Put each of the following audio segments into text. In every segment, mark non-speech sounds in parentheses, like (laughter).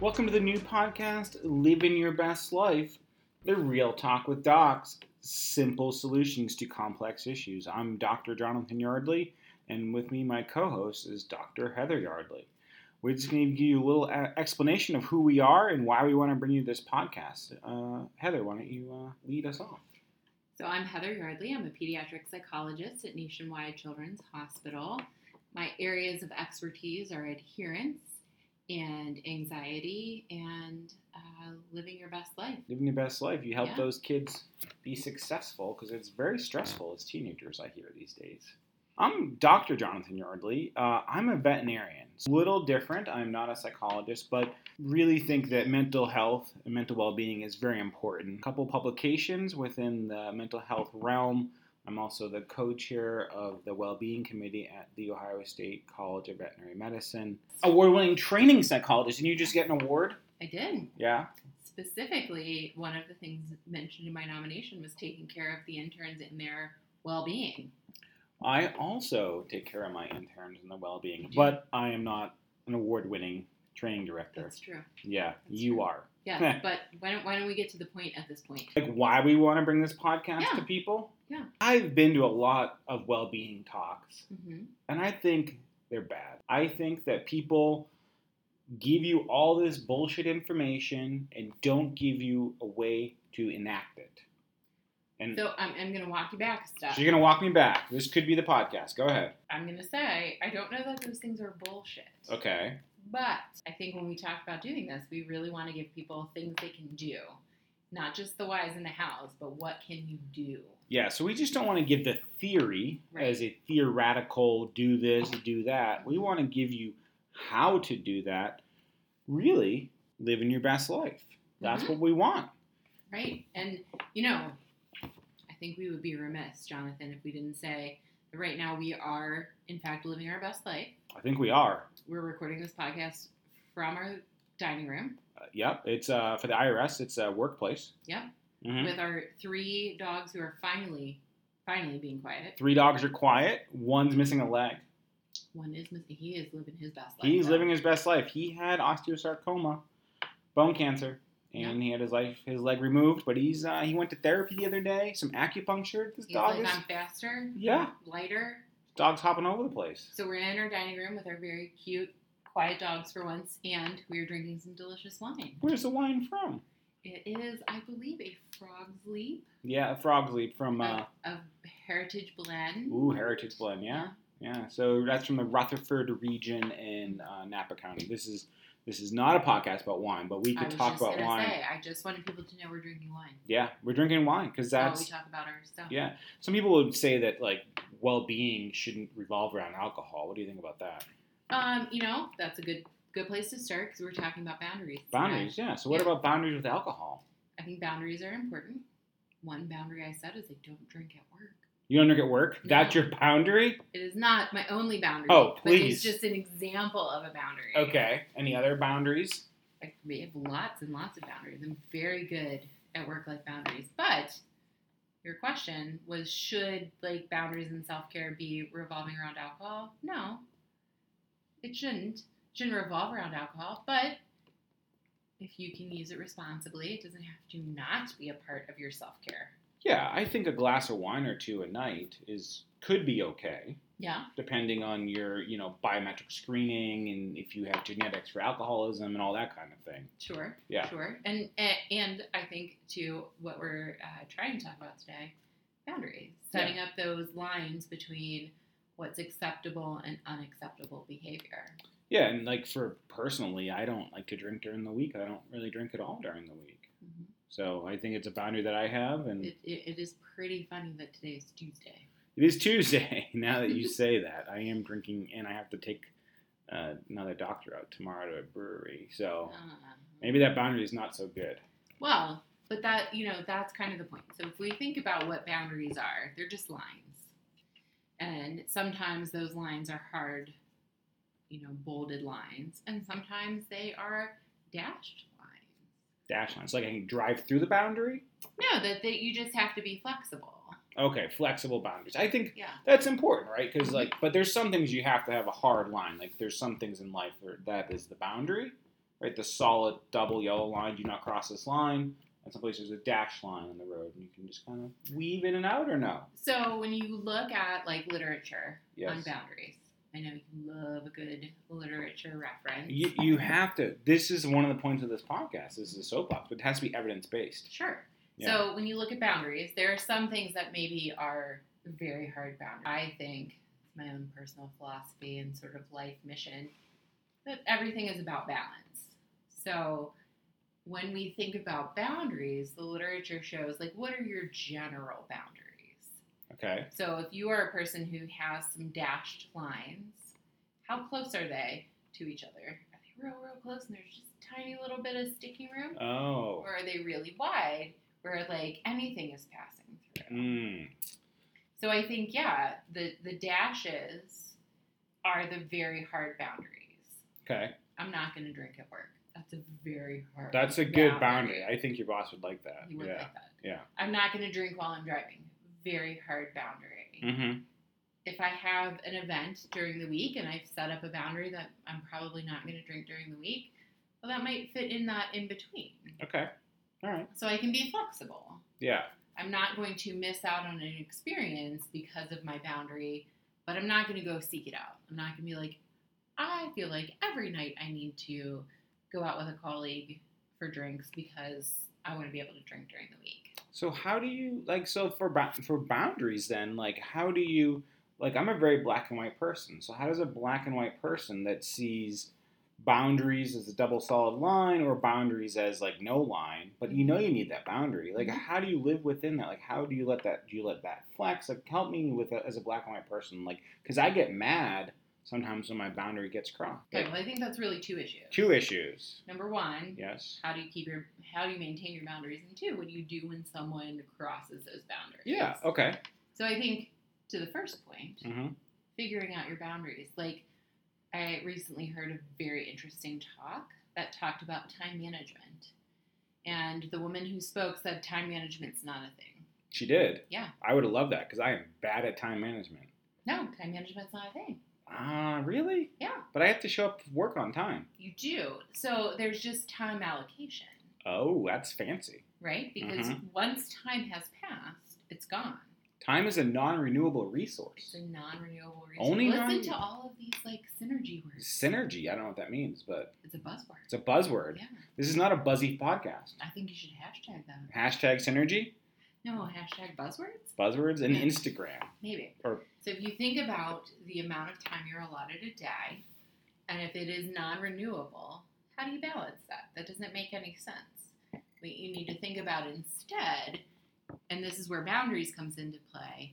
Welcome to the new podcast, Living Your Best Life, the real talk with docs, simple solutions to complex issues. I'm Dr. Jonathan Yardley, and with me, my co host is Dr. Heather Yardley. We're just going to give you a little uh, explanation of who we are and why we want to bring you this podcast. Uh, Heather, why don't you uh, lead us off? So I'm Heather Yardley. I'm a pediatric psychologist at Nationwide Children's Hospital. My areas of expertise are adherence and anxiety and uh, living your best life. Living your best life. You help Yeah. those kids be successful because it's very stressful as teenagers, I hear these days. I'm Dr. Jonathan Yardley. Uh, I'm a veterinarian. It's a little different. I'm not a psychologist, but really think that mental health and mental well being is very important. A couple publications within the mental health realm. I'm also the co chair of the Well Being Committee at The Ohio State College of Veterinary Medicine. Award winning training psychologist. And you just get an award? I did. Yeah. Specifically, one of the things mentioned in my nomination was taking care of the interns and their well being. I also take care of my interns and the Mm-hmm. well-being, but I am not an award-winning training director. That's true. Yeah, that's you true. are. Yes, but why don't, why don't we get to the point at this point? Like why we want to bring this podcast Yeah. to people? Yeah. I've been to a lot of well-being talks, hmm and I think they're bad. I think that people give you all this bullshit information and don't give you a way to enact it. And So I'm, I'm going to walk you back a step. so you're going to walk me back. This could be the podcast. Go ahead. I'm going to say, I don't know that those things are bullshit. Okay. But I think when we talk about doing this, we really want to give people things they can do, not just the whys and the hows, but what can you do? Yeah, so we just don't want to give the theory Right. as a theoretical do this, do that. We want to give you how to do that, really living your best life. That's Mhm. what we want. right? And you know, I think we would be remiss, Jonathan, if we didn't say that right now we are, in fact, living our best life. I think we are. We're recording this podcast from our dining room Uh, yep, it's uh, for the IRS, it's a workplace. Yep. Mhm. with our three dogs who are finally, finally being quiet. Three dogs are quiet, one's missing a leg. One is missing; he is living his best life. He's now. living his best life. He had osteosarcoma, bone cancer, and he had his life his leg removed. But he's uh, he went to therapy the other day, some acupuncture. This He's dog like, is I'm faster. Yeah. lighter. dog's hopping all over the place. So we're in our dining room with our very cute, quiet dogs for once, and we're drinking some delicious wine. Where's the wine from? It is, I believe, a frog's leap Yeah, Frog's Leap from uh, of, of heritage blend. Uh, Ooh Heritage Blend. Yeah, yeah. So that's from the Rutherford region in uh, Napa County. This is this is not a podcast about wine, but we I could was talk just about gonna wine. say, I just wanted people to know we're drinking wine. Yeah, we're drinking wine because That's that's Oh, we talk about our stuff. yeah. Some people would say that like well-being shouldn't revolve around alcohol. What do you think about that? Um, you know, that's a good good place to start because we're talking about boundaries. tonight. Boundaries. Yeah. So what Yeah. about boundaries with alcohol? I think boundaries are important. One boundary I set is I don't drink at work. You don't drink at work. That's No. your boundary. It is not my only boundary. Oh, But please. it's just an example of a boundary. Okay. Any other boundaries? Like, we have lots and lots of boundaries. I'm very good at work life boundaries. But your question was should like boundaries and self care be revolving around alcohol? No. It shouldn't. It shouldn't revolve around alcohol, but if you can use it responsibly, it doesn't have to not be a part of your self care. Yeah, I think a glass of wine or two a night is could be okay. Yeah. depending on your you know biometric screening and if you have genetics for alcoholism and all that kind of thing. Sure. Yeah. Sure. And a- and I think to what we're uh, trying to talk about today, boundaries, setting up those lines between what's acceptable and unacceptable behavior. Yeah, and like for personally, I don't like to drink during the week. I don't really drink at all during the week. So I think it's a boundary that I have, and Mm-hmm. It, it, it is pretty funny that today is Tuesday. it is Tuesday. (laughs) Now that you say that, I am drinking, and I have to take uh, another doctor out tomorrow to a brewery. So Uh, maybe that boundary is not so good. Well, but that you know that's kind of the point. So if we think about what boundaries are, they're just lines, and sometimes those lines are hard, you know, bolded lines, and sometimes they are dashed lines. Dash line. It's like I can drive through the boundary. No, that that you just have to be flexible. Okay, flexible boundaries. I think Yeah. that's important, right? Because like, but there's some things you have to have a hard line. Like, there's some things in life where that is the boundary, right? The solid double yellow line, do not cross this line. And some places there's a dash line on the road, and you can just kind of weave in and out or no. So when you look at like literature on Yes. boundaries, I know you love a good literature reference. You, you have to. This is one of the points of this podcast. This is a soap opera. It has to be evidence based. Sure. Yeah. So when you look at boundaries, there are some things that maybe are very hard boundaries. I think my own personal philosophy and sort of life mission that everything is about balance. So when we think about boundaries, the literature shows like what are your general boundaries? Okay. So if you are a person who has some dashed lines, how close are they to each other? Are they real, real close and there's just a tiny little bit of sticking room? Oh. Or are they really wide where like anything is passing through? Mm. So I think, yeah, the, the dashes are the very hard boundaries. Okay. I'm not going to drink at work. That's a very hard That's a good boundary. I think your boss would like that. He would yeah. like that. yeah. I'm not going to drink while I'm driving. Very hard boundary. Mm-hmm. if I have an event during the week and I've set up a boundary that I'm probably not going to drink during the week, well, that might fit in that in between. Okay. All right. So I can be flexible. Yeah. I'm not going to miss out on an experience because of my boundary, but I'm not going to go seek it out. I'm not going to be like, I feel like every night I need to go out with a colleague for drinks because I want to be able to drink during the week. So how do you like so for bou- for boundaries then like how do you like I'm a very black and white person. So how does a black and white person that sees boundaries as a double solid line or boundaries as like no line, but you know you need that boundary. Like Mhm. how do you live within that? Like how do you let that do you let that flex? Like help me with that as a black and white person like cuz I get mad sometimes when my boundary gets crossed. Okay, Like, well, I think that's really two issues. two issues. Number one, Yes. how do you keep your how do you maintain your boundaries and two what do you do when someone crosses those boundaries Yeah, okay. so i think to the first point Mhm. figuring out your boundaries like i recently heard a very interesting talk that talked about time management and the woman who spoke said time management's not a thing She did. Yeah. I would have loved that cuz I am bad at time management. no time management's not a thing Ah, really? Yeah. But I have to show up for work on time. you do so there's just time allocation Oh, that's fancy. right because Mm-hmm. once time has passed it's gone Time is a non-renewable It's resource. a non-renewable resource. Only Listen non- to all of these like synergy words. Synergy. I don't know what that means, but It's a buzzword. it's a buzzword. Yeah, This is not a buzzy podcast. I think you should hashtag that. Hashtag synergy, No, hashtag buzzwords. buzzwords, and Instagram. Maybe. Or- so if you think about the amount of time you're allotted a day, and if it is non-renewable, how do you balance that? That doesn't make any sense. What you need to think about instead, and this is where boundaries comes into play.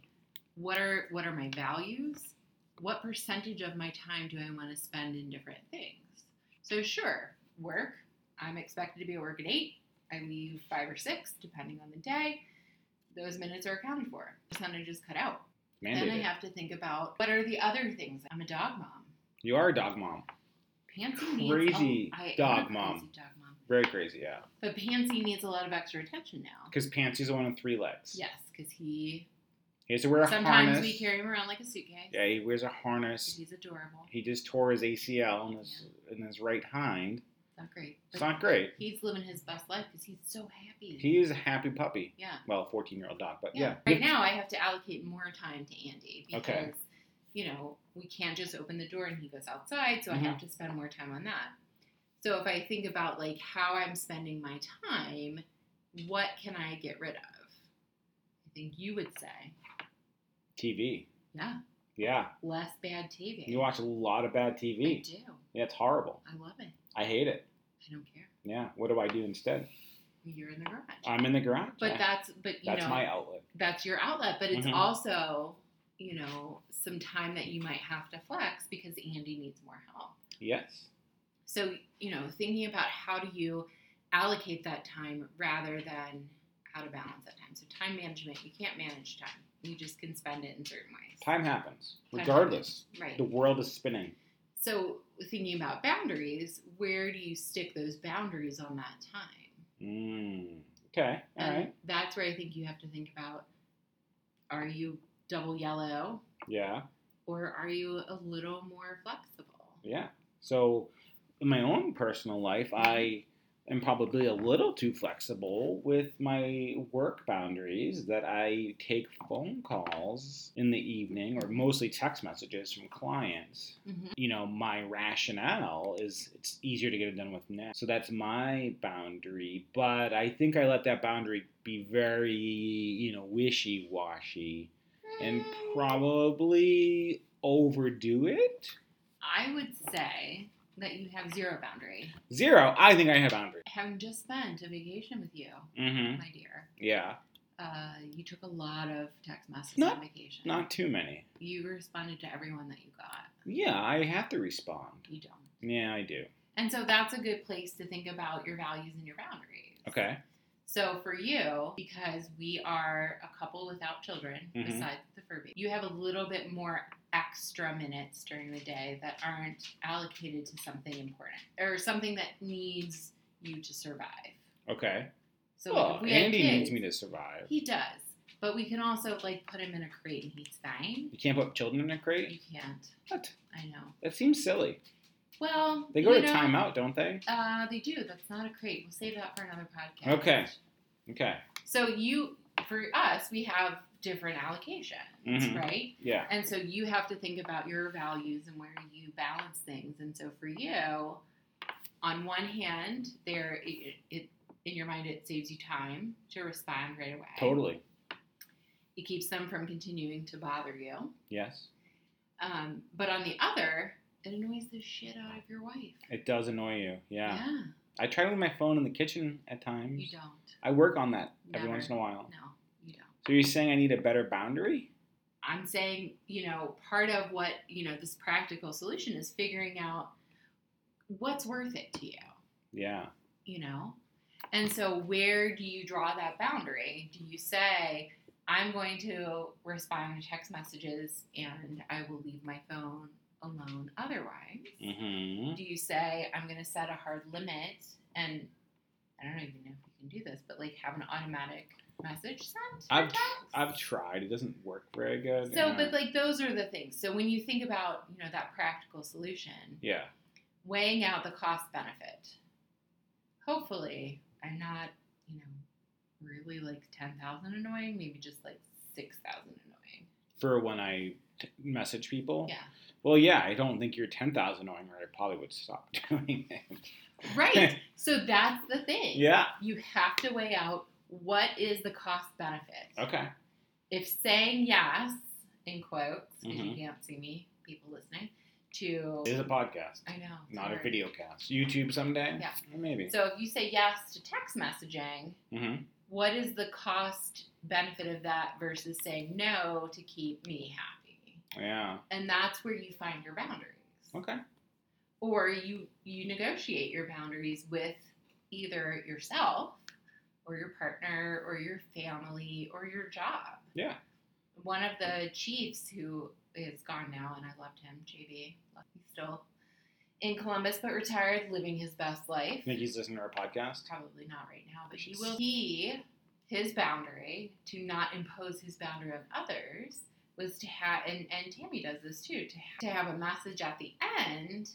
What are what are my values? What percentage of my time do I want to spend in different things? So sure, work. I'm expected to be at work at eight. I leave five or six, depending on the day. Those minutes are accounted for. Percentage is cut out. Then I Mandated. have to think about what are the other things. I'm a dog mom. You are a dog mom. Pansy needs Crazy oh, I am dog a mom. crazy dog mom. Very crazy, yeah. But Pansy needs a lot of extra attention now. Because Pansy's the one with three legs. Yes, because he He has to wear a sometimes harness. we carry him around like a suitcase. Yeah, he wears a harness. He's adorable. He just tore his ACL in his in his right hind. Not great. It's But not great. He's living his best life because he's so happy. He is a happy puppy. yeah. Well, fourteen year old dog, but yeah. yeah. Right now, I have to allocate more time to Andy because, Okay. you know, we can't just open the door and he goes outside, so Mhm. I have to spend more time on that. So if I think about like how I'm spending my time, what can I get rid of? I think you would say, TV. yeah, Yeah. less bad TV. You watch a lot of bad I TV. do. Yeah, it's horrible. I love it. I hate it. I don't care. Yeah. What do I do instead? You're in the garage. I'm in the garage. but I- that's but you that's know my outlet. that's your outlet, but it's Mhm. also, you know, some time that you might have to flex because Andy needs more help. Yes. So, you know, thinking about how do you allocate that time rather than how to balance that time. So, time management, you can't manage time. You just can spend it in certain ways. Time happens. Time Regardless, Right. the world is spinning. So, thinking about boundaries, where do you stick those boundaries on that time? Mm. Okay. All right. that's where I think you have to think about are you double yellow Yeah. or are you a little more flexible? Yeah. So in my own personal life, I am probably a little too flexible with my work boundaries that I take phone calls in the evening or mostly text messages from clients Mhm. you know, my rationale is it's easier to get it done with now. So that's my boundary. But I think I let that boundary be very, you know, wishy washy and probably overdo it. I would say that you have zero boundary. Zero, I think I have boundaries. Having just spent a vacation with you, Mm-hmm. my dear, Yeah. uh, you took a lot of text messages Not- on vacation. Not too many. You responded to everyone that you got. Yeah, I have to respond. You don't. Yeah, I do. And so that's a good place to think about your values and your boundaries. Okay. So for you, because we are a couple without children, Mhm. besides the fur baby, you have a little bit more extra minutes during the day that aren't allocated to something important or something that needs you to survive. Okay. So like, well, if we had Andy kids, needs me to survive. He does, but we can also like put him in a crate and he's fine. You can't put children in a crate? You can't. What? I know. That seems silly. Well, They go you to know, timeout, don't they? Uh, they do. That's not a crate. We'll save that for another podcast. Okay. Okay. So you, for us, we have different allocations, Mhm. right? Yeah. And so you have to think about your values and where you balance things. And so for you, on one hand, there it, it in your mind it saves you time to respond right away. Totally. It keeps them from continuing to bother you. Yes. Um, but on the other, it annoys the shit out of your wife. It does annoy you. Yeah. I try to leave my phone in the kitchen at times. you don't. I work on that every Never. once in a while. No, you don't. So you're saying I need a better boundary? I'm saying, you know, part of what, you know, this practical solution is figuring out what's worth it to you, Yeah. you know? And so where do you draw that boundary? Do you say, I'm going to respond to text messages and I will leave my phone alone otherwise? Mm-hmm. Do you say, I'm going to set a hard limit and I don't even know if you can do this, but like have an automatic message sent? for I've- text? I've tried. It doesn't work very good. So, and- but like those are the things. So when you think about you know that practical solution, yeah. weighing out the cost benefit. Hopefully, I'm not you know really like ten thousand annoying. Maybe just like six thousand annoying. For when I t- message people. Yeah. Well, yeah. I don't think you're ten thousand knowing, or I probably would stop (laughs) doing it. (laughs) Right. so that's the thing. yeah. You have to weigh out what is the cost benefit. Okay. If saying yes in quotes, 'cause Mhm. you can't see me, people listening, to It is a podcast, I know it's not a hard. video cast. YouTube someday. Yeah. Maybe. So if you say yes to text messaging, mm-hmm. what is the cost benefit of that versus saying no to keep me happy Yeah. and that's where you find your boundaries Okay. or you you negotiate your boundaries with either yourself or your partner or your family or your job Yeah. one of the chiefs who is gone now and i loved him jb he's still in columbus but retired living his best life Think he's listening to our podcast? probably not right now, but he Yes. will. He, his boundary to not impose his boundary on others was to have, and, and Tammy does this too, to, ha- to have a message at the end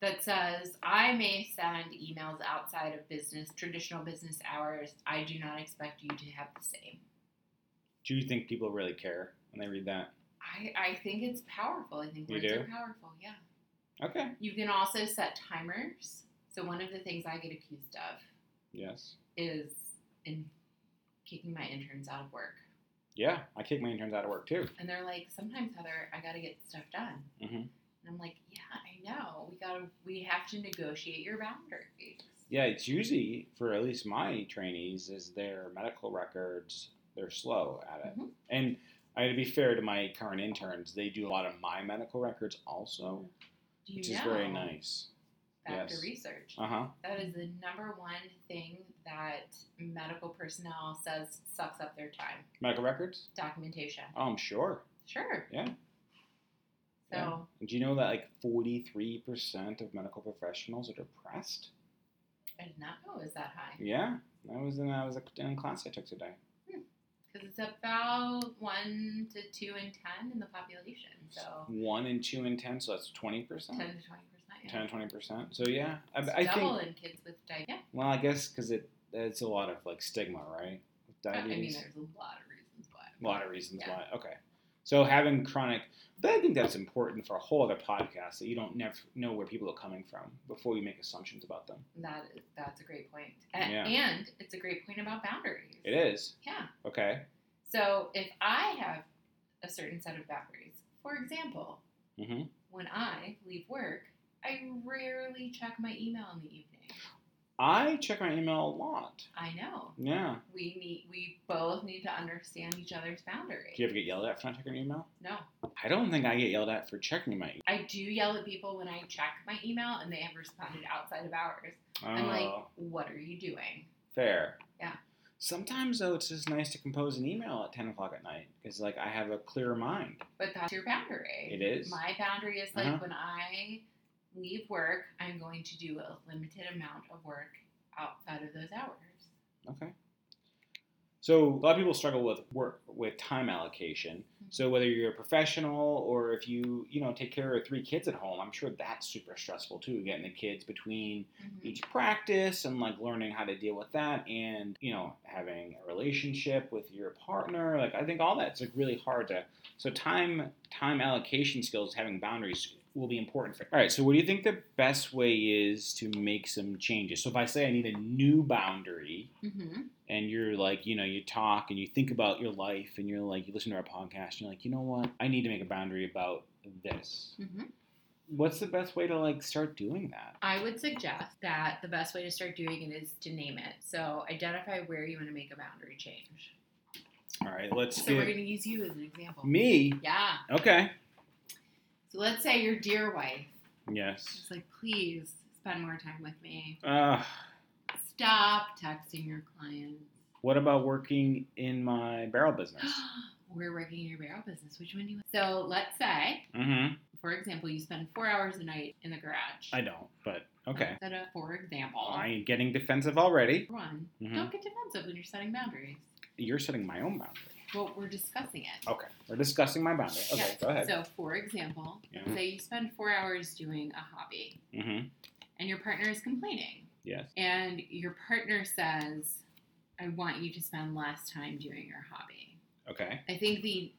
that says, I may send emails outside of business, traditional business hours. I do not expect you to have the same. Do you think people really care when they read that? I, I think it's powerful. I think You words do? are powerful, yeah. Okay. You can also set timers. So, one of the things I get accused of Yes. is in kicking my interns out of work. Yeah, I kick my interns out of work too. And they're like, sometimes Heather, I gotta get stuff done. Mhm. And I'm like, yeah, I know. We gotta, we have to negotiate your boundaries. Yeah, it's usually for at least my trainees is their medical records. They're slow at it, Mhm. and I to be fair to my current interns, they do a lot of my medical records also, Do you which know? is very nice. Factor yes. research. Uh huh. That is the number one thing that medical personnel says sucks up their time. Medical records? Documentation. Oh, I'm sure. Sure. Yeah. So Yeah. And do you know that like 43% of medical professionals are depressed? I did not know it was that high. Yeah, that was in I was in a class I took today. Because it's about one to two in ten in the population. So One in two in ten, so that's 20%. Oh. ten to twenty 10 percent, 20%. So, yeah, I, It's I double think, in kids with diabetes. Yeah. well, I guess because it, it's a lot of like stigma, right? With Uh, I Diabetes. mean, there's a lot of reasons why. a lot of reasons Yeah. why. Okay. So having chronic, but I think that's important for a whole other podcast that you don't never know where people are coming from before you make assumptions about them. That is, that's a great point. And, Yeah. and it's a great point about boundaries. It is Yeah. okay. So if I have a certain set of boundaries, for example, Mhm. when I leave work, I rarely check my email in the evening. I check my email a lot. I know Yeah. we need we both need to understand each other's boundaries. Do you ever get yelled at for not checking your email? No, I don't think I get yelled at for checking my. e-, email. I do yell at people when I check my email and they have responded outside of hours. Oh, I'm like, what are you doing? fair. Yeah. Sometimes though, it's just nice to compose an email at ten o'clock at night because like I have a clearer mind. But that's your boundary. It is. My boundary is like Uh-huh. when I leave work, I'm going to do a limited amount of work outside of those hours. Okay. So a lot of people struggle with work with time allocation. So whether you're a professional or if you you know take care of three kids at home, I'm sure that's super stressful too. Getting the kids between Mhm. each practice and like learning how to deal with that, and you know having a relationship with your partner. Like I think all that's like really hard to. So time time allocation skills, having boundaries will be important for. All right. So what do you think the best way is to make some changes? So if I say I need a new boundary Mhm. and you're like, you know, you talk and you think about your life and you're like, you listen to our podcast and you're like, you know what? I need to make a boundary about this. Mhm. What's the best way to like start doing that? I would suggest that the best way to start doing it is to name it. So identify where you want to make a boundary change. All right, let's So we're do going to use you as an example. me. Yeah. Okay. So let's say your dear wife Yes. is like, please spend more time with me. Uh, Stop texting your clients. what about working in my barrel (gasps) business? We're working in your barrel business. Which one do you want? So let's say, Mm-hmm. for example, you spend four hours a night in the garage. I don't, but okay. Set up, for example. I am getting defensive already. One, hmm don't get defensive when you're setting boundaries. You're setting my own boundary. Well, we're discussing it. Okay. We're discussing my boundary. Oh, Okay, Yes. go ahead. So, for example, yeah. say you spend four hours doing a hobby Mm-hmm. and your partner is complaining, Yes. and your partner says, I want you to spend less time doing your hobby. Okay. I think the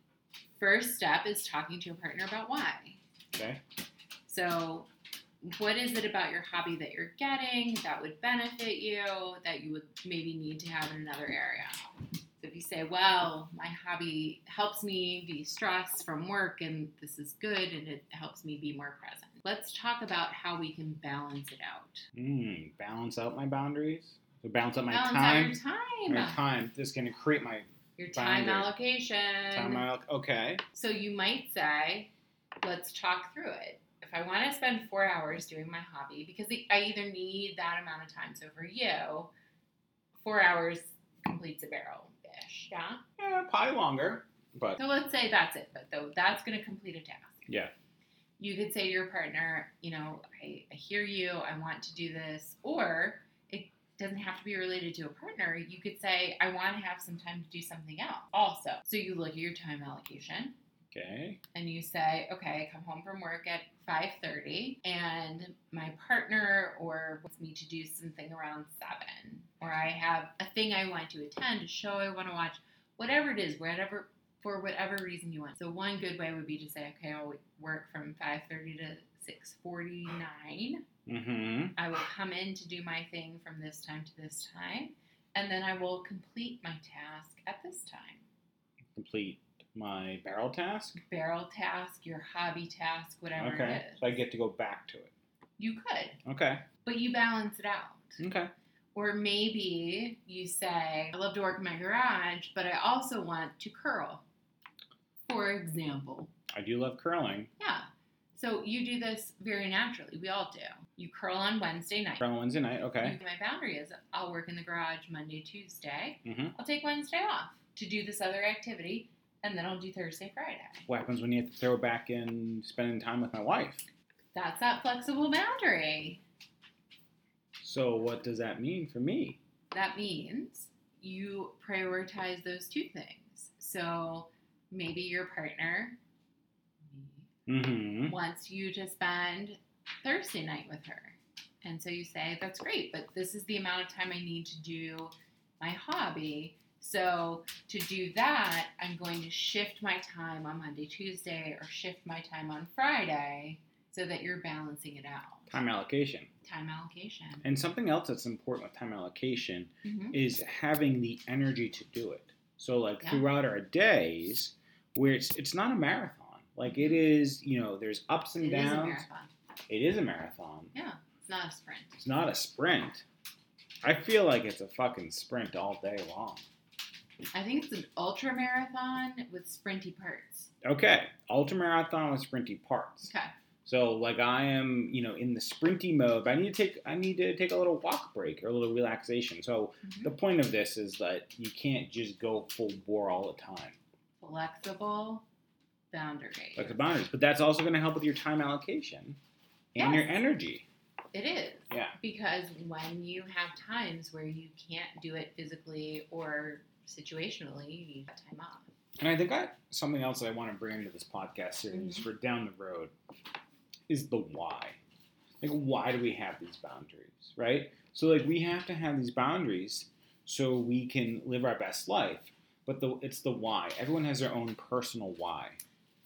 first step is talking to your partner about why. Okay. So, what is it about your hobby that you're getting that would benefit you that you would maybe need to have in another area? So, if you say, Well, my hobby helps me be stressed from work, and this is good, and it helps me be more present. Let's talk about how we can balance it out. Mm, balance out my boundaries. So balance out my balance time. out your My time, time. This is going to create my your time boundary. allocation. time. out- Okay. So you might say, let's talk through it. If I want to spend four hours doing my hobby, because I either need that amount of time. So for you, four hours completes a barrel ish. Yeah. Yeah, probably longer, but So let's say that's it, but though that's going to complete a task. Yeah. You could say to your partner, you know, I, I hear you, I want to do this. Or it doesn't have to be related to a partner. You could say, I want to have some time to do something else also. So you look at your time allocation okay. and you say, "Okay, I come home from work at 5:30 and my partner or wants me to do something around 7 or I have a thing I want to attend, a show I want to watch, whatever it is, whatever for whatever reason you want." So one good way would be to say, "Okay, I'll work from 5:30 to 6:49. Mm-hmm. I will come in to do my thing from this time to this time, and then I will complete my task at this time." Complete my barrel task. Barrel task, your hobby task, whatever okay. it is. So I get to go back to it. You could, Okay. but you balance it out. Okay. Or maybe you say, I love to work in my garage, but I also want to curl, for example. I do love curling. Yeah. So you do this very naturally. We all do. You curl on Wednesday night. Curling Wednesday night. Okay. My boundary is I'll work in the garage Monday, Tuesday. Mhm. I'll take Wednesday off to do this other activity, and then I'll do Thursday, Friday. What happens when you have to throw back in spending time with my wife? That's that flexible boundary. So what does that mean for me? that means you prioritize those two things. So maybe your partner Mm-hmm. wants you to spend Thursday night with her. And so you say, that's great, but this is the amount of time I need to do my hobby. So to do that, I'm going to shift my time on Monday, Tuesday, or shift my time on Friday so that you're balancing it out. Time allocation. Time allocation. And something else that's important with time allocation hmm is having the energy to do it. So like Yeah. throughout our days, where it's it's not a marathon. Like it is, you know, there's ups and It is a downs. marathon. it is a marathon. It's not a sprint. It's not a sprint. I feel like it's a fucking sprint all day long. I think it's an ultra marathon with sprinty parts. Okay, ultra marathon with sprinty parts. Okay. So like I am, you know, in the sprinty mode. But I need to take I need to take a little walk break or a little relaxation. So Mhm. the point of this is that you can't just go full bore all the time. Flexible boundary. Like the boundaries, but that's also going to help with your time allocation and your Yes. energy. It is. Yeah. Because when you have times where you can't do it physically or situationally, you need that time off. And I think I something else that I want to bring into this podcast series Mhm. for down the road is the why. Like why do we have these boundaries, right? So like we have to have these boundaries so we can live our best life. But the it's the why. Everyone has their own personal why.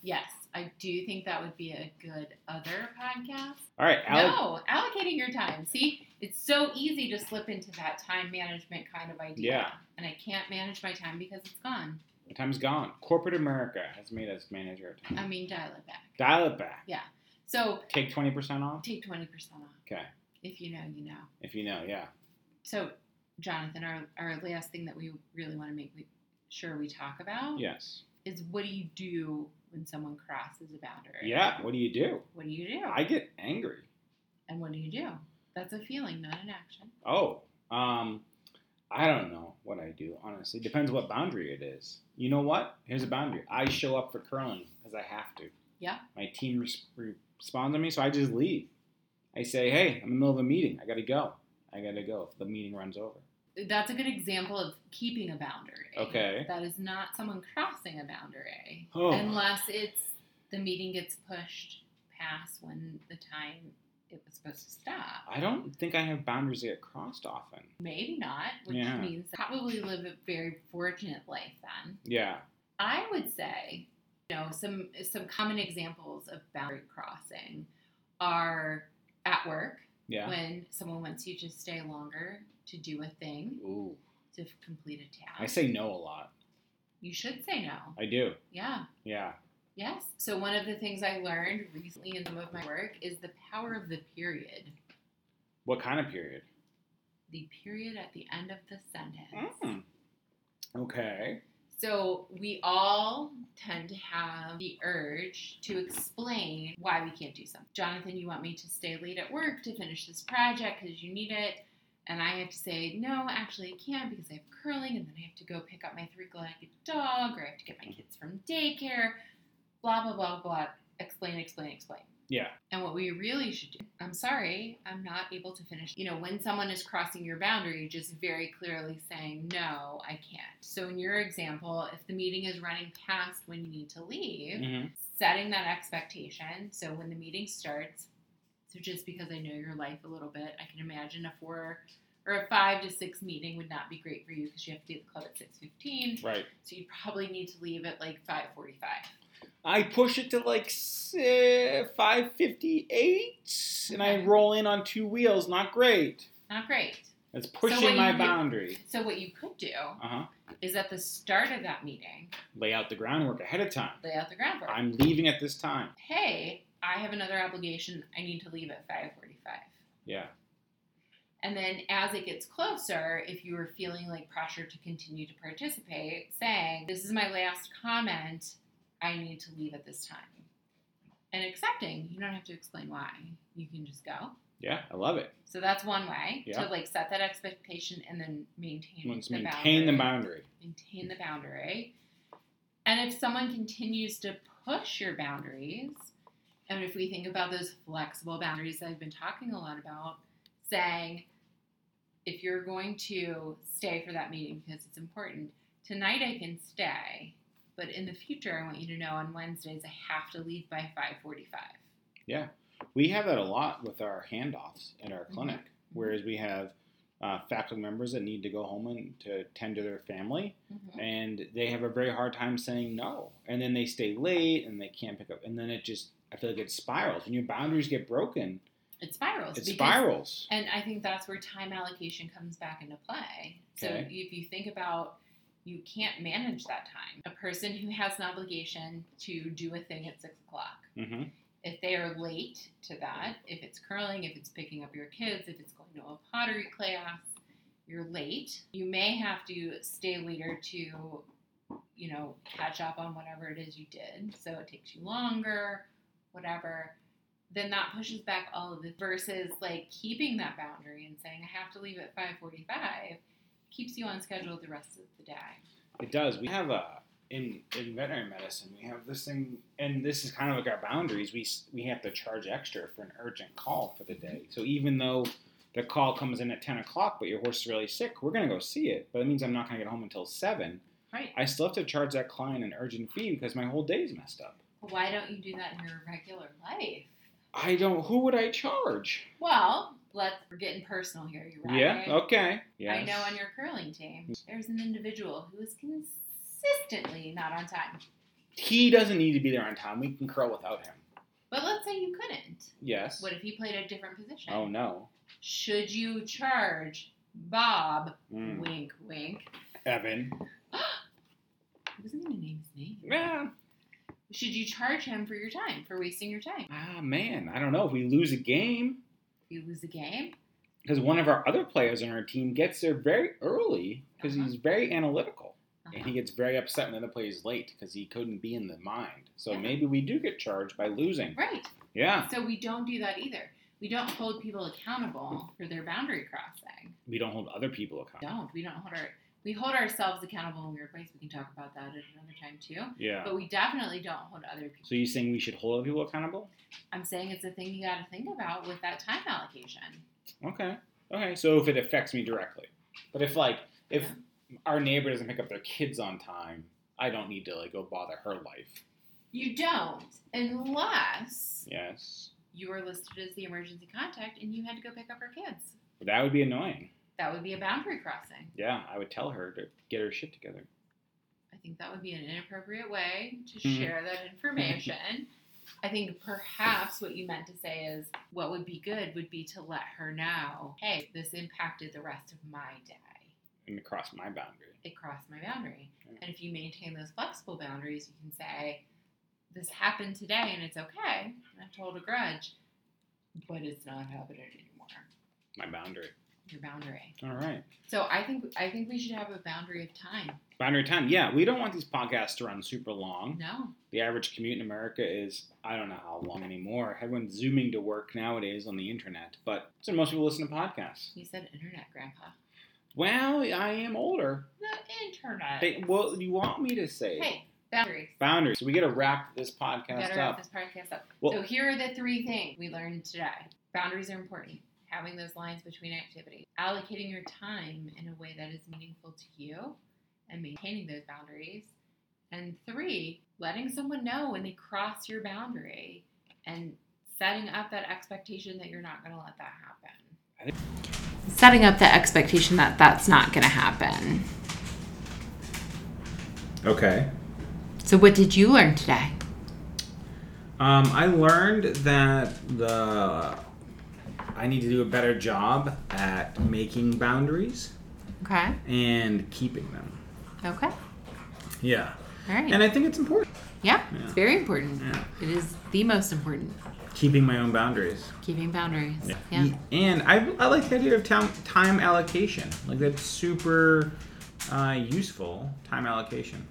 Yes, I do think that would be a good other podcast. All right, Alec, no, allocating your time. See, it's so easy to slip into that time management kind of idea. Yeah. And I can't manage my time because it's gone. time's gone. Corporate America has made us manage our time. I mean, dial it back. Dial it back. So Take twenty percent off take 20% off. Okay. If you know, you know. if you know. Yeah. So, Jonathan, our, our last thing that we really want to make we- sure we talk about Yes. is what do you do when someone crosses a boundary? Yeah. What do you do? What do you do? I get angry. and what do you do? That's a feeling, not an action. Oh, um, I don't know what I do, honestly. Depends what boundary it is. You know what? Here's a boundary. I show up for curling because I have to. Yeah. My team res- re- responds to me, so I just leave. I say, hey, I'm in the middle of a meeting. I got to go. I got to go if the meeting runs over. That's a good example of keeping a boundary. Okay. That is not someone crossing a boundary. Oh. Unless it's the meeting gets pushed past when the time it was supposed to stop. I don't think I have boundaries that get crossed often. Maybe not, which Yeah. means probably live a very fortunate life then. Yeah. I would say, you know, some some common examples of boundary crossing are at work Yeah. when someone wants you to stay longer to do a thing, Ooh. to f- complete a task. I say no a lot. you should say no. I do. Yeah. Yeah. Yes. So one of the things I learned recently in some of my work is the power of the period. What kind of period? The period at the end of the sentence. Mm. Okay. So we all tend to have the urge to explain why we can't do something. Jonathan, you want me to stay late at work to finish this project because you need it. And I have to say, no, actually, I can't because I have curling and then I have to go pick up my three legged dog or I have to get my kids from daycare. Blah, blah, blah, blah. Explain, explain, explain. Yeah. And what we really should do, I'm sorry, I'm not able to finish. You know, when someone is crossing your boundary, just very clearly saying, no, I can't. So, in your example, if the meeting is running past when you need to leave, hmm setting that expectation. So, when the meeting starts, so just because I know your life a little bit, I can imagine a four or a five to six meeting would not be great for you because you have to be at the club at 6.15 Right. so you probably need to leave at like 5.45 I push it to like five fifty eight, and I Okay. roll in on two wheels. Not great. not great That's what pushing you my do- boundary. so what you could do Uh huh. is at the start of that meeting, Lay out the groundwork ahead of time. lay out the groundwork. I'm leaving at this time. hey, I have another obligation. I need to leave at 5:45. Yeah. And then as it gets closer, if you are feeling like pressure to continue to participate, saying, "This is my last comment. I need to leave at this time." And accepting, you don't have to explain why. You can just go. Yeah. I love it. So that's one way Yeah. to like set that expectation and then maintain Let's the maintain the boundary. boundary. maintain the boundary. And if someone continues to push your boundaries, and if we think about those flexible boundaries that I've been talking a lot about, saying, if you're going to stay for that meeting because it's important, tonight I can stay, but in the future I want you to know on Wednesdays I have to leave by 5:45. Yeah. We have that a lot with our handoffs in Mm-hmm. our clinic, whereas we have uh, faculty members that need to go home and to tend to their family, Mhm. and they have a very hard time saying no, and then they stay late and they can't pick up, and then it just I feel like it spirals. When your boundaries get broken, It spirals. it because- spirals. And I think that's where time allocation comes back into play. So Okay. if you think about you can't manage that time. A person who has an obligation to do a thing at six o'clock. hmm If they are late to that, if it's curling, if it's picking up your kids, if it's going to a pottery class, you're late. You may have to stay later to, you know, catch up on whatever it is you did. So it takes you longer, whatever. Then that pushes back all of this versus like keeping that boundary and saying I have to leave at 5:45 keeps you on schedule the rest of the day. It does. We have a in in veterinary medicine. We have this thing, and this is kind of like our boundaries. We s- we have to charge extra for an urgent call for the day. So even though the call comes in at ten o'clock, but your horse is really sick, we're gonna go see it. But it means I'm not gonna get home until seven. Right. I still have to charge that client an urgent fee because my whole day's messed up. Why don't you do that in your regular life? I don't. Who would I charge? Well, let's we're getting personal here. You're right. Yeah. Okay. Yeah. I know on your curling team, there's an individual who is consistently not on time. He doesn't need to be there on time. We can curl without him. But let's say you couldn't. Yes. What if he played a different position? Oh no. Should you charge Bob? Mm. Wink, wink. Evan. I wasn't gonna name his name. Yeah. Should you charge him for your time for wasting your time? Ah, man, I don't know. If we lose a game, You lose the game. because one of our other players on our team gets there very early because Uh-huh. he's very analytical. And Uh-huh. he gets very upset when the other player is late because he couldn't be in the mind. So Yeah. maybe we do get charged by losing. Right. Yeah. So we don't do that either. We don't hold people accountable for their boundary crossing. We don't hold other people accountable. Don't. We don't hold our. We hold ourselves accountable in weird ways. We can talk about that at another time too. Yeah. But we definitely don't hold other people. So you're saying we should hold other people accountable? I'm saying it's a thing you got to think about with that time allocation. Okay. Okay. So if it affects me directly. But if, like, if our neighbor doesn't pick up their kids on time, I don't need to, like, go bother her life. You don't unless Yes. you were listed as the emergency contact and you had to go pick up her kids. That would be annoying. That would be a boundary crossing. Yeah. I would tell her to get her shit together. I think that would be an inappropriate way to Mhm. share that information. (laughs) I think perhaps what you meant to say is what would be good would be to let her know, hey, this impacted the rest of my day. and cross my boundary. It crossed my boundary. Okay. And if you maintain those flexible boundaries, you can say, this happened today and it's okay. And I told a grudge, but it's not happening anymore. My boundary. Your boundary. All right. So I think I think we should have a boundary of time. Boundary time. Yeah, we don't want these podcasts to run super long. No. The average commute in America is I don't know how long anymore. Everyone's zooming to work nowadays on the internet, but so most people listen to podcasts. You said internet, Grandpa. Well, I am older. The internet. They, well, you want me to say Hey, boundaries. boundaries? So we got to wrap this We podcast gotta up. wrap this podcast up. Well- so here are the three things we learned today. Boundaries are important. Having those lines between activities, allocating your time in a way that is meaningful to you, and maintaining those boundaries. And three, letting someone know when they cross your boundary and setting up that expectation that you're not going to let that I happen. Setting up the expectation that that's not going to happen. Okay. So, what did you learn today? Um, I learned that the I need to do a better job at making boundaries Okay. and keeping them. Okay. All Yeah. right. And I think it's important. Yeah, Yeah. it's very important. Yeah. It is the most important. Keeping my own boundaries. Keeping boundaries. Yeah. And I, I like the idea of time, time allocation. Like, that's super uh, useful, time allocation.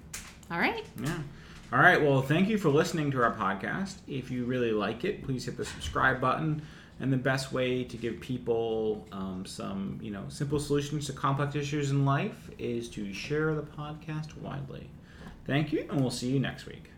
All right. Yeah. All right. Well, thank you for listening to our podcast. If you really like it, please hit the subscribe button. And the best way to give people um, some, you know, simple solutions to complex issues in life is to share the podcast widely. Thank you, and we'll see you next week.